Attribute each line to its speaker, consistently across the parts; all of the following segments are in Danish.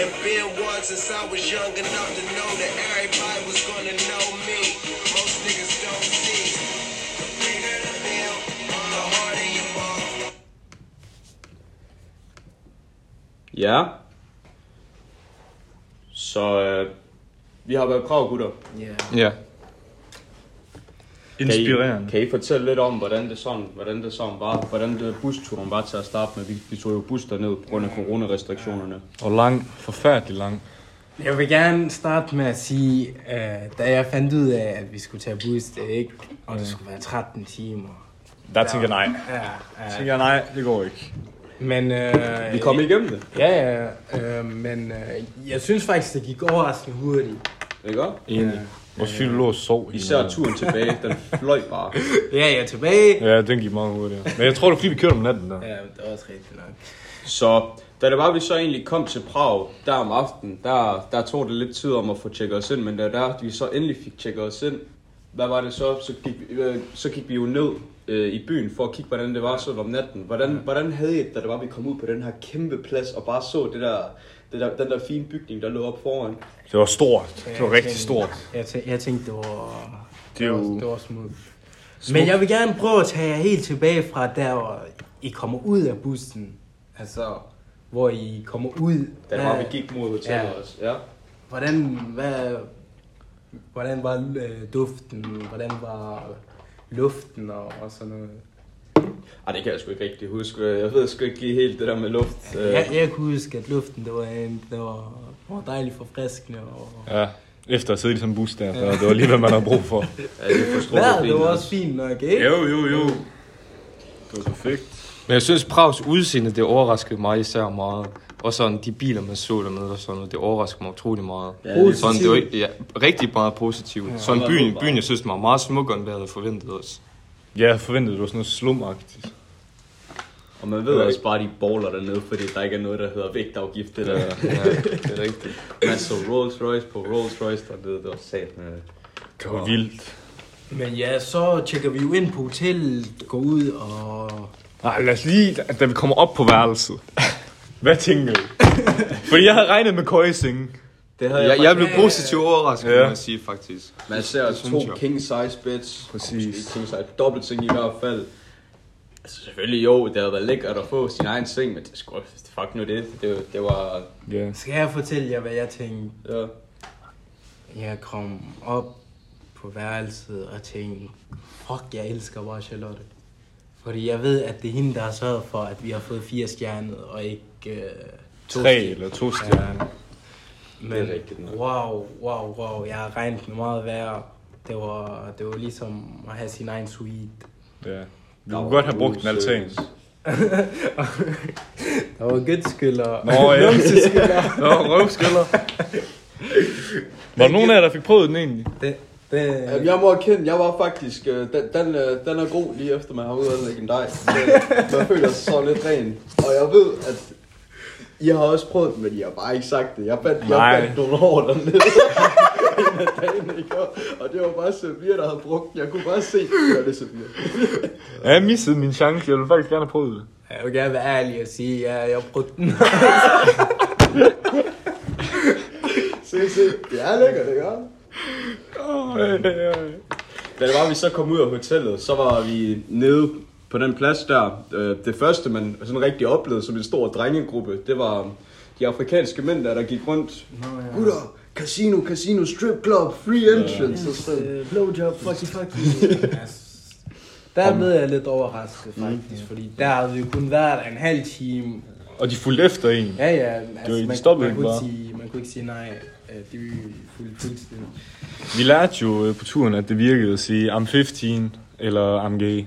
Speaker 1: It been one since I was young enough to know that everybody was gonna know me. Most niggas don't see. The bigger the bill, the harder you fall.
Speaker 2: Ja. Så øh, vi har været krav, gutter.
Speaker 3: Ja.
Speaker 4: Ja.
Speaker 2: Kan I,
Speaker 4: Inspirerende.
Speaker 2: kan I fortælle lidt om, hvordan det sådan, hvordan det sådan var, hvordan det busturen var til at starte med? Vi, vi tog jo bus derned på grund af coronarestriktionerne.
Speaker 4: Og lang. Forfærdelig lang.
Speaker 3: Jeg vil gerne starte med at sige, øh, da jeg fandt ud af, at vi skulle tage bus, det ikke, og det skulle være 13 timer.
Speaker 4: Der tænker jeg nej.
Speaker 3: Ja, ja.
Speaker 4: Tænker jeg nej, det går ikke.
Speaker 3: Men, øh,
Speaker 2: Vi kom igennem det,
Speaker 3: Ja, ja, øh, men øh, jeg synes faktisk, det gik overraskende hurtigt.
Speaker 2: ikke også?
Speaker 4: Egentlig. Vores fyld lå og sov. i
Speaker 2: Især
Speaker 4: den.
Speaker 2: turen tilbage, den fløj bare.
Speaker 3: Ja, jeg er tilbage.
Speaker 4: Ja, den gik meget hurtigere. Men jeg tror, det er fordi, vi kørte om natten der.
Speaker 3: Ja, det var også rigtigt nok.
Speaker 2: Så da det var, vi så egentlig kom til Prag der om aftenen, der, der tog det lidt tid om at få tjekket os ind, men da der, vi så endelig fik tjekket os ind, hvad var det så? Så gik, vi- øh, så gik vi jo ned øh, i byen for at kigge, hvordan det var sådan om natten. Hvordan, hvordan havde I det, da det var, vi kom ud på den her kæmpe plads og bare så det der, det der, den der fine bygning, der lå op foran?
Speaker 4: Det var stort. Det var
Speaker 3: Jeg
Speaker 4: rigtig
Speaker 3: tænkte-
Speaker 4: stort.
Speaker 3: Jeg, tæ- jeg tænkte, det var...
Speaker 4: Det er jo-
Speaker 3: det var smukt. Men jeg vil gerne prøve at tage jer helt tilbage fra der, hvor I kommer ud af bussen. Altså, hvor I kommer ud.
Speaker 2: Da det var, vi gik mod hotellet
Speaker 3: Ja.
Speaker 2: også. Ja.
Speaker 3: Hvordan, hvad, hvordan var øh, duften? Hvordan var luften og, og sådan noget?
Speaker 2: Ej, det kan jeg sgu ikke rigtig huske. Jeg ved sgu ikke lige helt det der med luft. øh.
Speaker 3: Jeg, jeg kunne huske, at luften det var, en, det var, det var dejligt forfriskende. Og...
Speaker 4: Ja. Efter at sidde i sådan en bus der, så det var lige, hvad man havde brug for.
Speaker 2: Ja, det er for strålet
Speaker 3: Vejret, det
Speaker 2: fint
Speaker 3: var
Speaker 2: også.
Speaker 3: også fint nok, ikke?
Speaker 4: jo, jo. Det var perfekt.
Speaker 5: Men jeg synes, Prags udseende, det overraskede mig især meget. Og sådan de biler, man så dernede og sådan noget, det overraskede mig utrolig meget.
Speaker 2: det er
Speaker 5: sådan, det var, ikke- ja, rigtig meget positivt. Ja, sådan
Speaker 2: var
Speaker 5: byen,
Speaker 2: god,
Speaker 5: byen, jeg synes, den var meget smukkere, end hvad jeg havde forventet os.
Speaker 4: Ja, jeg forventede, det var sådan noget slumagtigt.
Speaker 2: Og man ved også bare, at de baller dernede, fordi der ikke er noget, der hedder vægtafgift. Det der.
Speaker 5: Ja, det er rigtigt.
Speaker 2: Man så Rolls Royce på Rolls Royce dernede, det var sat med.
Speaker 4: Det var vildt.
Speaker 3: Men ja, så tjekker vi jo ind på hotellet, går ud og...
Speaker 4: Ej, Ah, lad os lige, da- da vi kommer op på værelset. Hvad tænker du? Fordi jeg havde regnet med køjesenge.
Speaker 2: Det havde
Speaker 5: Jeg, jeg blev
Speaker 2: faktisk-
Speaker 5: positivt overrasket,
Speaker 4: Ja.
Speaker 5: ja. må jeg sige, faktisk.
Speaker 2: Man ser to
Speaker 5: synes jeg.
Speaker 2: king size beds.
Speaker 4: Præcis.
Speaker 2: Og måske ikke King size, dobbelt seng i hvert fald. Altså selvfølgelig jo, det havde været lækkert at få sin egen seng, men det skulle fuck nu det. Det, det var...
Speaker 4: Ja.
Speaker 3: Skal jeg fortælle jer, hvad jeg tænkte?
Speaker 2: Ja.
Speaker 3: Jeg kom op på værelset og tænkte, fuck, jeg elsker bare Charlotte. Fordi jeg ved, at det er hende, der har sørget for, at vi har fået fire stjernet, og ikke øh, to
Speaker 4: Tre
Speaker 3: stjerner.
Speaker 4: eller to stjerner.
Speaker 3: Men,
Speaker 2: Det er rigtigt nok.
Speaker 3: Wow, wow, wow. Jeg har regnet med meget værre. Det var, det var ligesom at have sin egen suite.
Speaker 4: Ja. Vi kunne godt have brugt en altan.
Speaker 3: Der var gødskylder.
Speaker 4: Nå, ja. Nå, røvskælder. Var der nogen af jer, der fik prøvet den egentlig?
Speaker 3: Det, det,
Speaker 2: Jamen, Jeg må erkende, jeg var faktisk... øh, Den, den, øh, den er god lige efter, man har udadlægget en dej. Men Man føler sig så lidt ren. Og jeg ved, at I har også prøvet den, men I har bare ikke sagt det. Jeg fandt, jeg
Speaker 4: Nej.
Speaker 2: fandt nogle år dernede. En af dagene, ikke? Og- og det var bare Sevilla, der havde brugt den. Jeg kunne bare se, at det er Sevilla.
Speaker 4: Ja, jeg missede min chance. Jeg ville faktisk gerne have prøvet det.
Speaker 3: Jeg vil gerne være ærlig og sige, at ja, jeg brugte den.
Speaker 2: Se, se. Det er lækkert, ikke? Da det var, vi så kom ud af hotellet, så var vi nede på den plads der. Øh, Det første, man sådan rigtig oplevede som en stor drengegruppe, det var de afrikanske mænd, der, der gik rundt. Gutter, casino, casino, strip club, Oh, free entrance. Ja. Og sådan.
Speaker 3: Øh, Blowjob, fucky, fucky. Der blev jeg lidt overrasket faktisk, fordi der havde vi kun været en halv time.
Speaker 4: Og de fulgte efter en.
Speaker 3: Ja, ja, altså,
Speaker 4: Det var- de
Speaker 3: man,
Speaker 4: stoppede
Speaker 3: man,
Speaker 4: ikke
Speaker 3: kunne ikke
Speaker 4: bare.
Speaker 3: sige, man kunne ikke sige nej. Øh, Det var fuldt fuldstændig.
Speaker 4: Vi lærte jo øh, på turen, at det virkede at sige, I'm 15, eller I'm gay.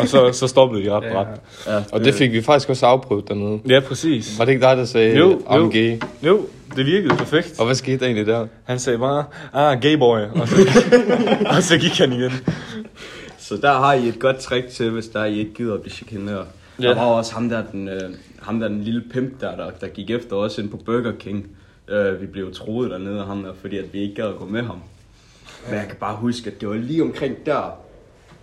Speaker 4: og så, så stoppede de ret
Speaker 3: Ja.
Speaker 4: brat.
Speaker 2: Ja,
Speaker 5: Og det fik vi faktisk også afprøvet dernede.
Speaker 4: Ja, præcis.
Speaker 5: Var det ikke dig, der sagde,
Speaker 4: Jo,
Speaker 5: jo,
Speaker 4: jo.
Speaker 5: I'm gay?
Speaker 4: Jo, det virkede perfekt.
Speaker 5: Og hvad skete der egentlig der?
Speaker 4: Han sagde bare, ah, gay boy. Og så, og så gik han igen.
Speaker 2: Så der har I et godt trick til, hvis der I ikke gider at blive chikaneret. Ja. Der var også ham der, den, øh, ham der, den lille pimp der, der, der gik efter os ind på Burger King. Øh, vi blev troet dernede af ham der, fordi at vi ikke gad at gå med ham. Men jeg kan bare huske, at det var lige omkring der,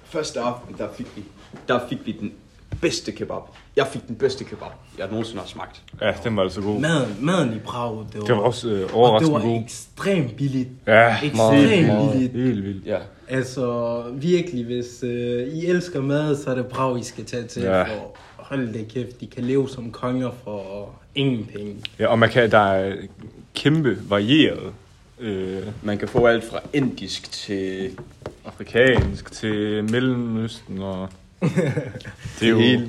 Speaker 2: første aften, der fik vi, der fik vi den bedste kebab. Jeg fik den bedste kebab, jeg nogensinde har smagt.
Speaker 4: Ja, den var altså god.
Speaker 3: Maden, maden i Prag, det var,
Speaker 4: Det var også øh,
Speaker 3: og det
Speaker 4: overraskende
Speaker 3: var
Speaker 4: god.
Speaker 3: ekstremt billigt.
Speaker 4: Ja,
Speaker 3: ekstremt
Speaker 4: meget.
Speaker 3: billigt.
Speaker 4: Helt vildt.
Speaker 2: Ja.
Speaker 3: Altså, virkelig, hvis øh, I elsker mad, så er det Prag, I skal tage til.
Speaker 4: Ja.
Speaker 3: For, hold da kæft, de kan leve som konger for ingen penge.
Speaker 4: Ja, og man kan, der er kæmpe varieret øh,
Speaker 2: Man kan få alt fra indisk til...
Speaker 4: afrikansk til Mellemøsten og... det er jo,
Speaker 2: hele.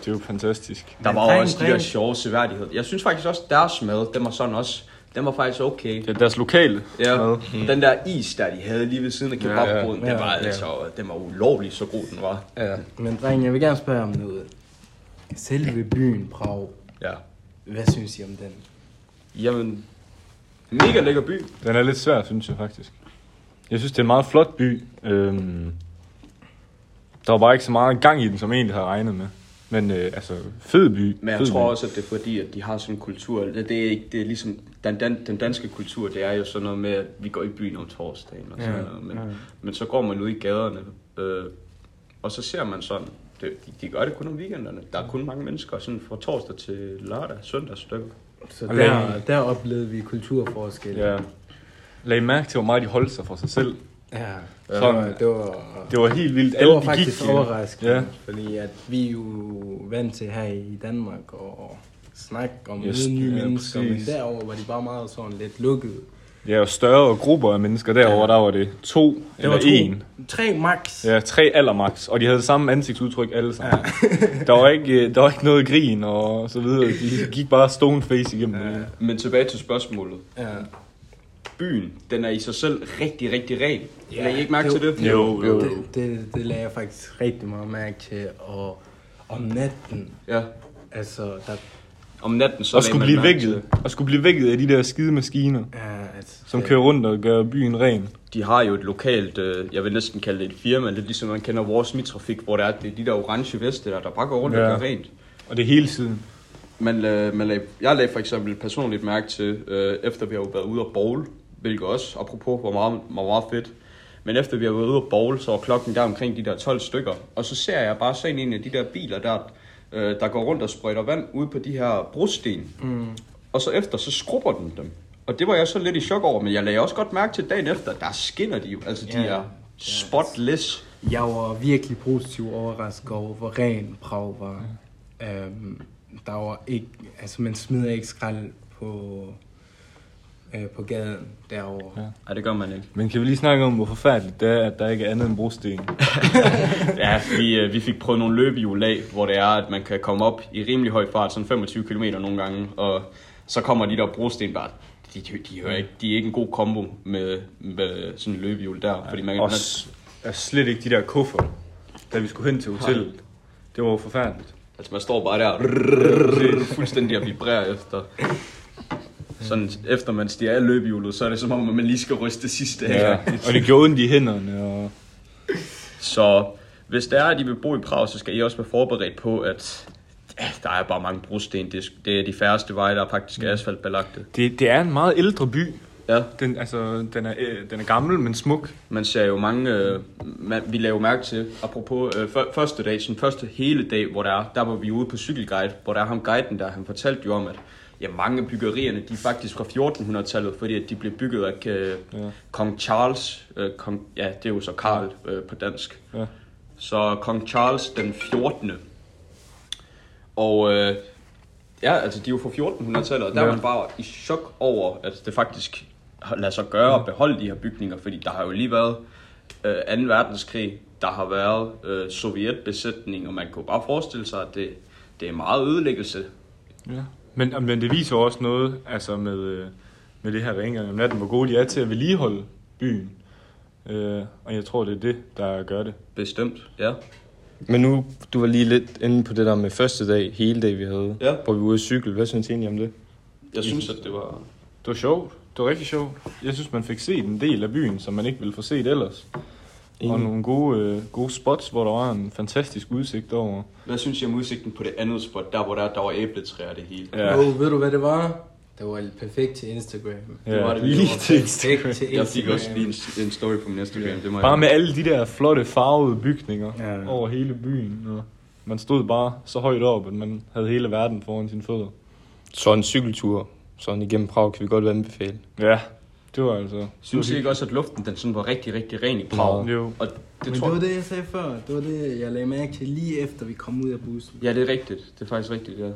Speaker 4: det er jo fantastisk.
Speaker 2: Der
Speaker 3: Men
Speaker 2: var
Speaker 3: dreng,
Speaker 2: også de der
Speaker 3: dreng.
Speaker 2: sjove seværdigheder. Jeg synes faktisk også, deres mad, den var sådan også... Den var faktisk okay.
Speaker 4: Ja, deres lokale
Speaker 2: Ja,
Speaker 4: mad.
Speaker 2: den der is, der de havde lige ved siden af kebabbruden, ja, ja.
Speaker 3: Ja,
Speaker 2: den var
Speaker 3: ja.
Speaker 2: altså, den var ulovlig, så god den var.
Speaker 5: Ja.
Speaker 3: Men dreng, jeg vil gerne spørge om noget. Selve byen Prag,
Speaker 2: Ja.
Speaker 3: hvad synes I om den?
Speaker 2: Jamen, mega lækker by.
Speaker 4: Den er lidt svær, synes jeg faktisk. Jeg synes, det er en meget flot by. Øhm, der var bare ikke så meget gang i den, som jeg egentlig havde regnet med. Men øh, altså, fed by.
Speaker 2: Men jeg
Speaker 4: fed by.
Speaker 2: tror også, at det er fordi, at de har sådan en kultur. Det, det er ikke, det er ligesom, den, den, den danske kultur, det er jo sådan noget med, at vi går i byen om torsdagen og sådan ja, noget. Men, ja. men så går man ud i gaderne, øh, og så ser man sådan, det, de, de gør det kun om weekenderne. Der er kun mange mennesker, sådan fra torsdag til lørdag, søndag stykker.
Speaker 3: Så
Speaker 4: Og
Speaker 3: der,
Speaker 4: længe.
Speaker 3: der oplevede vi kulturforskelle.
Speaker 4: Ja. Lag I mærke til, hvor meget de holdt sig for sig selv.
Speaker 3: ja.
Speaker 4: Sådan.
Speaker 3: Det var, det var,
Speaker 4: Det var helt vildt.
Speaker 3: Det var
Speaker 4: de
Speaker 3: faktisk
Speaker 4: øh,
Speaker 3: overraskende,
Speaker 4: Ja.
Speaker 3: ja. fordi at vi er jo vant til her i Danmark at snakke om
Speaker 4: Yes,
Speaker 3: yes, nye
Speaker 4: ja,
Speaker 3: mennesker, men
Speaker 4: præcis.
Speaker 3: derover var de bare meget sådan lidt lukkede.
Speaker 4: Ja, og større grupper af mennesker derovre, der var det to det eller
Speaker 3: to-
Speaker 4: en.
Speaker 3: Tre max.
Speaker 4: Ja, tre allermax, og de havde det samme ansigtsudtryk alle sammen. Ja. der, var ikke, øh, der var ikke noget grin og så videre. De gik bare stone face igennem. Ja.
Speaker 2: Men tilbage til spørgsmålet.
Speaker 3: Ja.
Speaker 2: Byen, den er i sig selv rigtig, rigtig ren. Ja,
Speaker 3: Ja,
Speaker 2: Lagde I ikke mærke
Speaker 3: det-
Speaker 2: til det?
Speaker 4: Jo, jo, jo.
Speaker 3: Det, det, det lagde jeg faktisk rigtig meget mærke til, og om natten,
Speaker 2: Ja.
Speaker 3: altså, der,
Speaker 2: Om natten, så
Speaker 4: Og
Speaker 2: lagde
Speaker 4: skulle
Speaker 2: man
Speaker 4: blive
Speaker 2: mærke til
Speaker 4: vækket. Og skulle blive vækket af de der skide maskiner,
Speaker 3: ja, altså,
Speaker 4: som
Speaker 3: det-
Speaker 4: kører rundt og gør byen ren.
Speaker 2: de har jo et lokalt, øh, jeg vil næsten kalde det et firma, lidt ligesom man kender vores mitrafik, hvor der er det er de der orange veste, der, der bare går rundt ja.
Speaker 4: Ja.
Speaker 2: og gør rent.
Speaker 4: Og det hele tiden.
Speaker 2: Man, øh, man lag, jeg lagde for eksempel personligt mærke til, øh, efter vi har jo været ude og bowl, hvilket også, apropos, var meget, var meget fedt. Men efter vi har været ude og bowl, så var klokken der omkring de der 12 stykker. Og så ser jeg bare sådan en af de der biler, der, øh, der går rundt og sprøjter vand ude på de her brosten. Mm. Og så efter, så skrubber den dem. Og det var jeg så lidt i chok over, men jeg lagde også godt mærke til dagen efter, der skinner de jo. Altså, de
Speaker 3: Ja.
Speaker 2: er spotless.
Speaker 3: Jeg var virkelig positivt overrasket over, hvor ren Prag var. Øhm, der var ikke, altså man smider ikke skrald på, øh, på gaden derovre. Ja.
Speaker 2: Nej, det gør man ikke.
Speaker 4: Men kan vi lige snakke om, hvor forfærdeligt det er, at der ikke er andet end brosten?
Speaker 2: Ja, vi, øh, vi fik prøvet nogle løbehjul af, hvor det er, at man kan komme op i rimelig høj fart, sådan 25 km nogle gange, og så kommer de der brosten bare, de, de, de, hører ikke, de er ikke en god kombo med, med sådan en løbehjul der, fordi man,
Speaker 4: Og
Speaker 2: man,
Speaker 4: s- er slet ikke de der kuffer, da vi skulle hen til hotellet. Det var jo forfærdeligt.
Speaker 2: altså man står bare der, fuldstændig og vibrerer efter. Sådan, efter man stiger af løbehjulet, så er det som om, at man lige skal ryste det sidste af.
Speaker 4: Ja, og det gjorde ondt i hænderne. Og...
Speaker 2: Så hvis der er, at I vil bo i Prag, så skal I også være forberedt på, at ja, der er bare mange brosten. Det, er- det er de færreste veje, der er faktisk er asfaltbelagte.
Speaker 4: Det, det er en meget ældre by.
Speaker 2: Ja.
Speaker 4: Den, altså, den, er, øh, den er gammel, men smuk.
Speaker 2: Man ser jo mange, øh, man, vi laver mærke til, apropos øh, før, første dag, sådan første hele dag, hvor der er, der var vi ude på cykelguide, hvor der er ham guiden der, han fortalte jo om, at ja, mange af byggerierne, de er faktisk fra 1400-tallet, fordi at de blev bygget af øh, ja. kong Charles, øh, kong, ja, det er jo så Karl øh, på dansk.
Speaker 4: Ja.
Speaker 2: Så kong Charles den 14. Og øh, ja, altså de er jo fra 1400-tallet, og der ja.
Speaker 4: Ja.
Speaker 2: var man bare i chok over, at det faktisk har- lader sig gøre at beholde de her bygninger, fordi der har jo lige været øh, 2. verdenskrig, der har været øh, sovjetbesætning, og man kunne bare forestille sig, at det, det er meget ødelæggelse.
Speaker 4: Ja. Men, men det viser jo også noget altså med, øh, med det her rengøring om natten, hvor gode de er til at vedligeholde byen. Øh, og jeg tror, det er det, der gør det.
Speaker 2: Bestemt, ja.
Speaker 5: Men nu, du var lige lidt inde på det der med første dag, hele dag vi havde,
Speaker 2: Ja.
Speaker 5: hvor vi var ude at cykle. Hvad synes I egentlig om det?
Speaker 2: Jeg synes, at det var...
Speaker 4: Det var sjovt. Det var rigtig sjovt. Jeg synes, man fik set en del af byen, som man ikke ville få set ellers. Ingen. Og nogle gode, øh, gode spots, hvor der var en fantastisk udsigt over.
Speaker 2: Hvad synes jeg om udsigten på det andet spot, der hvor der, der var æbletræer og det hele?
Speaker 4: Ja.
Speaker 3: Og ved du hvad det var? Det var perfekt til Instagram.
Speaker 4: Ja,
Speaker 2: var det
Speaker 4: lige
Speaker 2: virkelig.
Speaker 4: til
Speaker 3: Perfekt til Instagram.
Speaker 2: Jeg fik også lige en, en story på min Instagram, det må jeg
Speaker 4: Bare med alle de der flotte farvede bygninger
Speaker 3: Ja.
Speaker 4: ja. over hele byen. Og Man stod bare så højt op, at man havde hele verden foran sine fødder.
Speaker 5: Så en cykeltur, sådan igennem Prag, kan vi godt anbefale.
Speaker 4: Ja, det var altså...
Speaker 2: Synes I ikke også, at luften den sådan var rigtig, rigtig ren i Prag?
Speaker 4: Jo.
Speaker 2: Og det
Speaker 3: Men
Speaker 2: tror
Speaker 3: det var
Speaker 2: jeg...
Speaker 3: det, jeg sagde før. Det var det, jeg lagde mærke til lige efter, vi kom ud af bussen.
Speaker 2: Ja, det er rigtigt. Det er faktisk rigtigt, ja.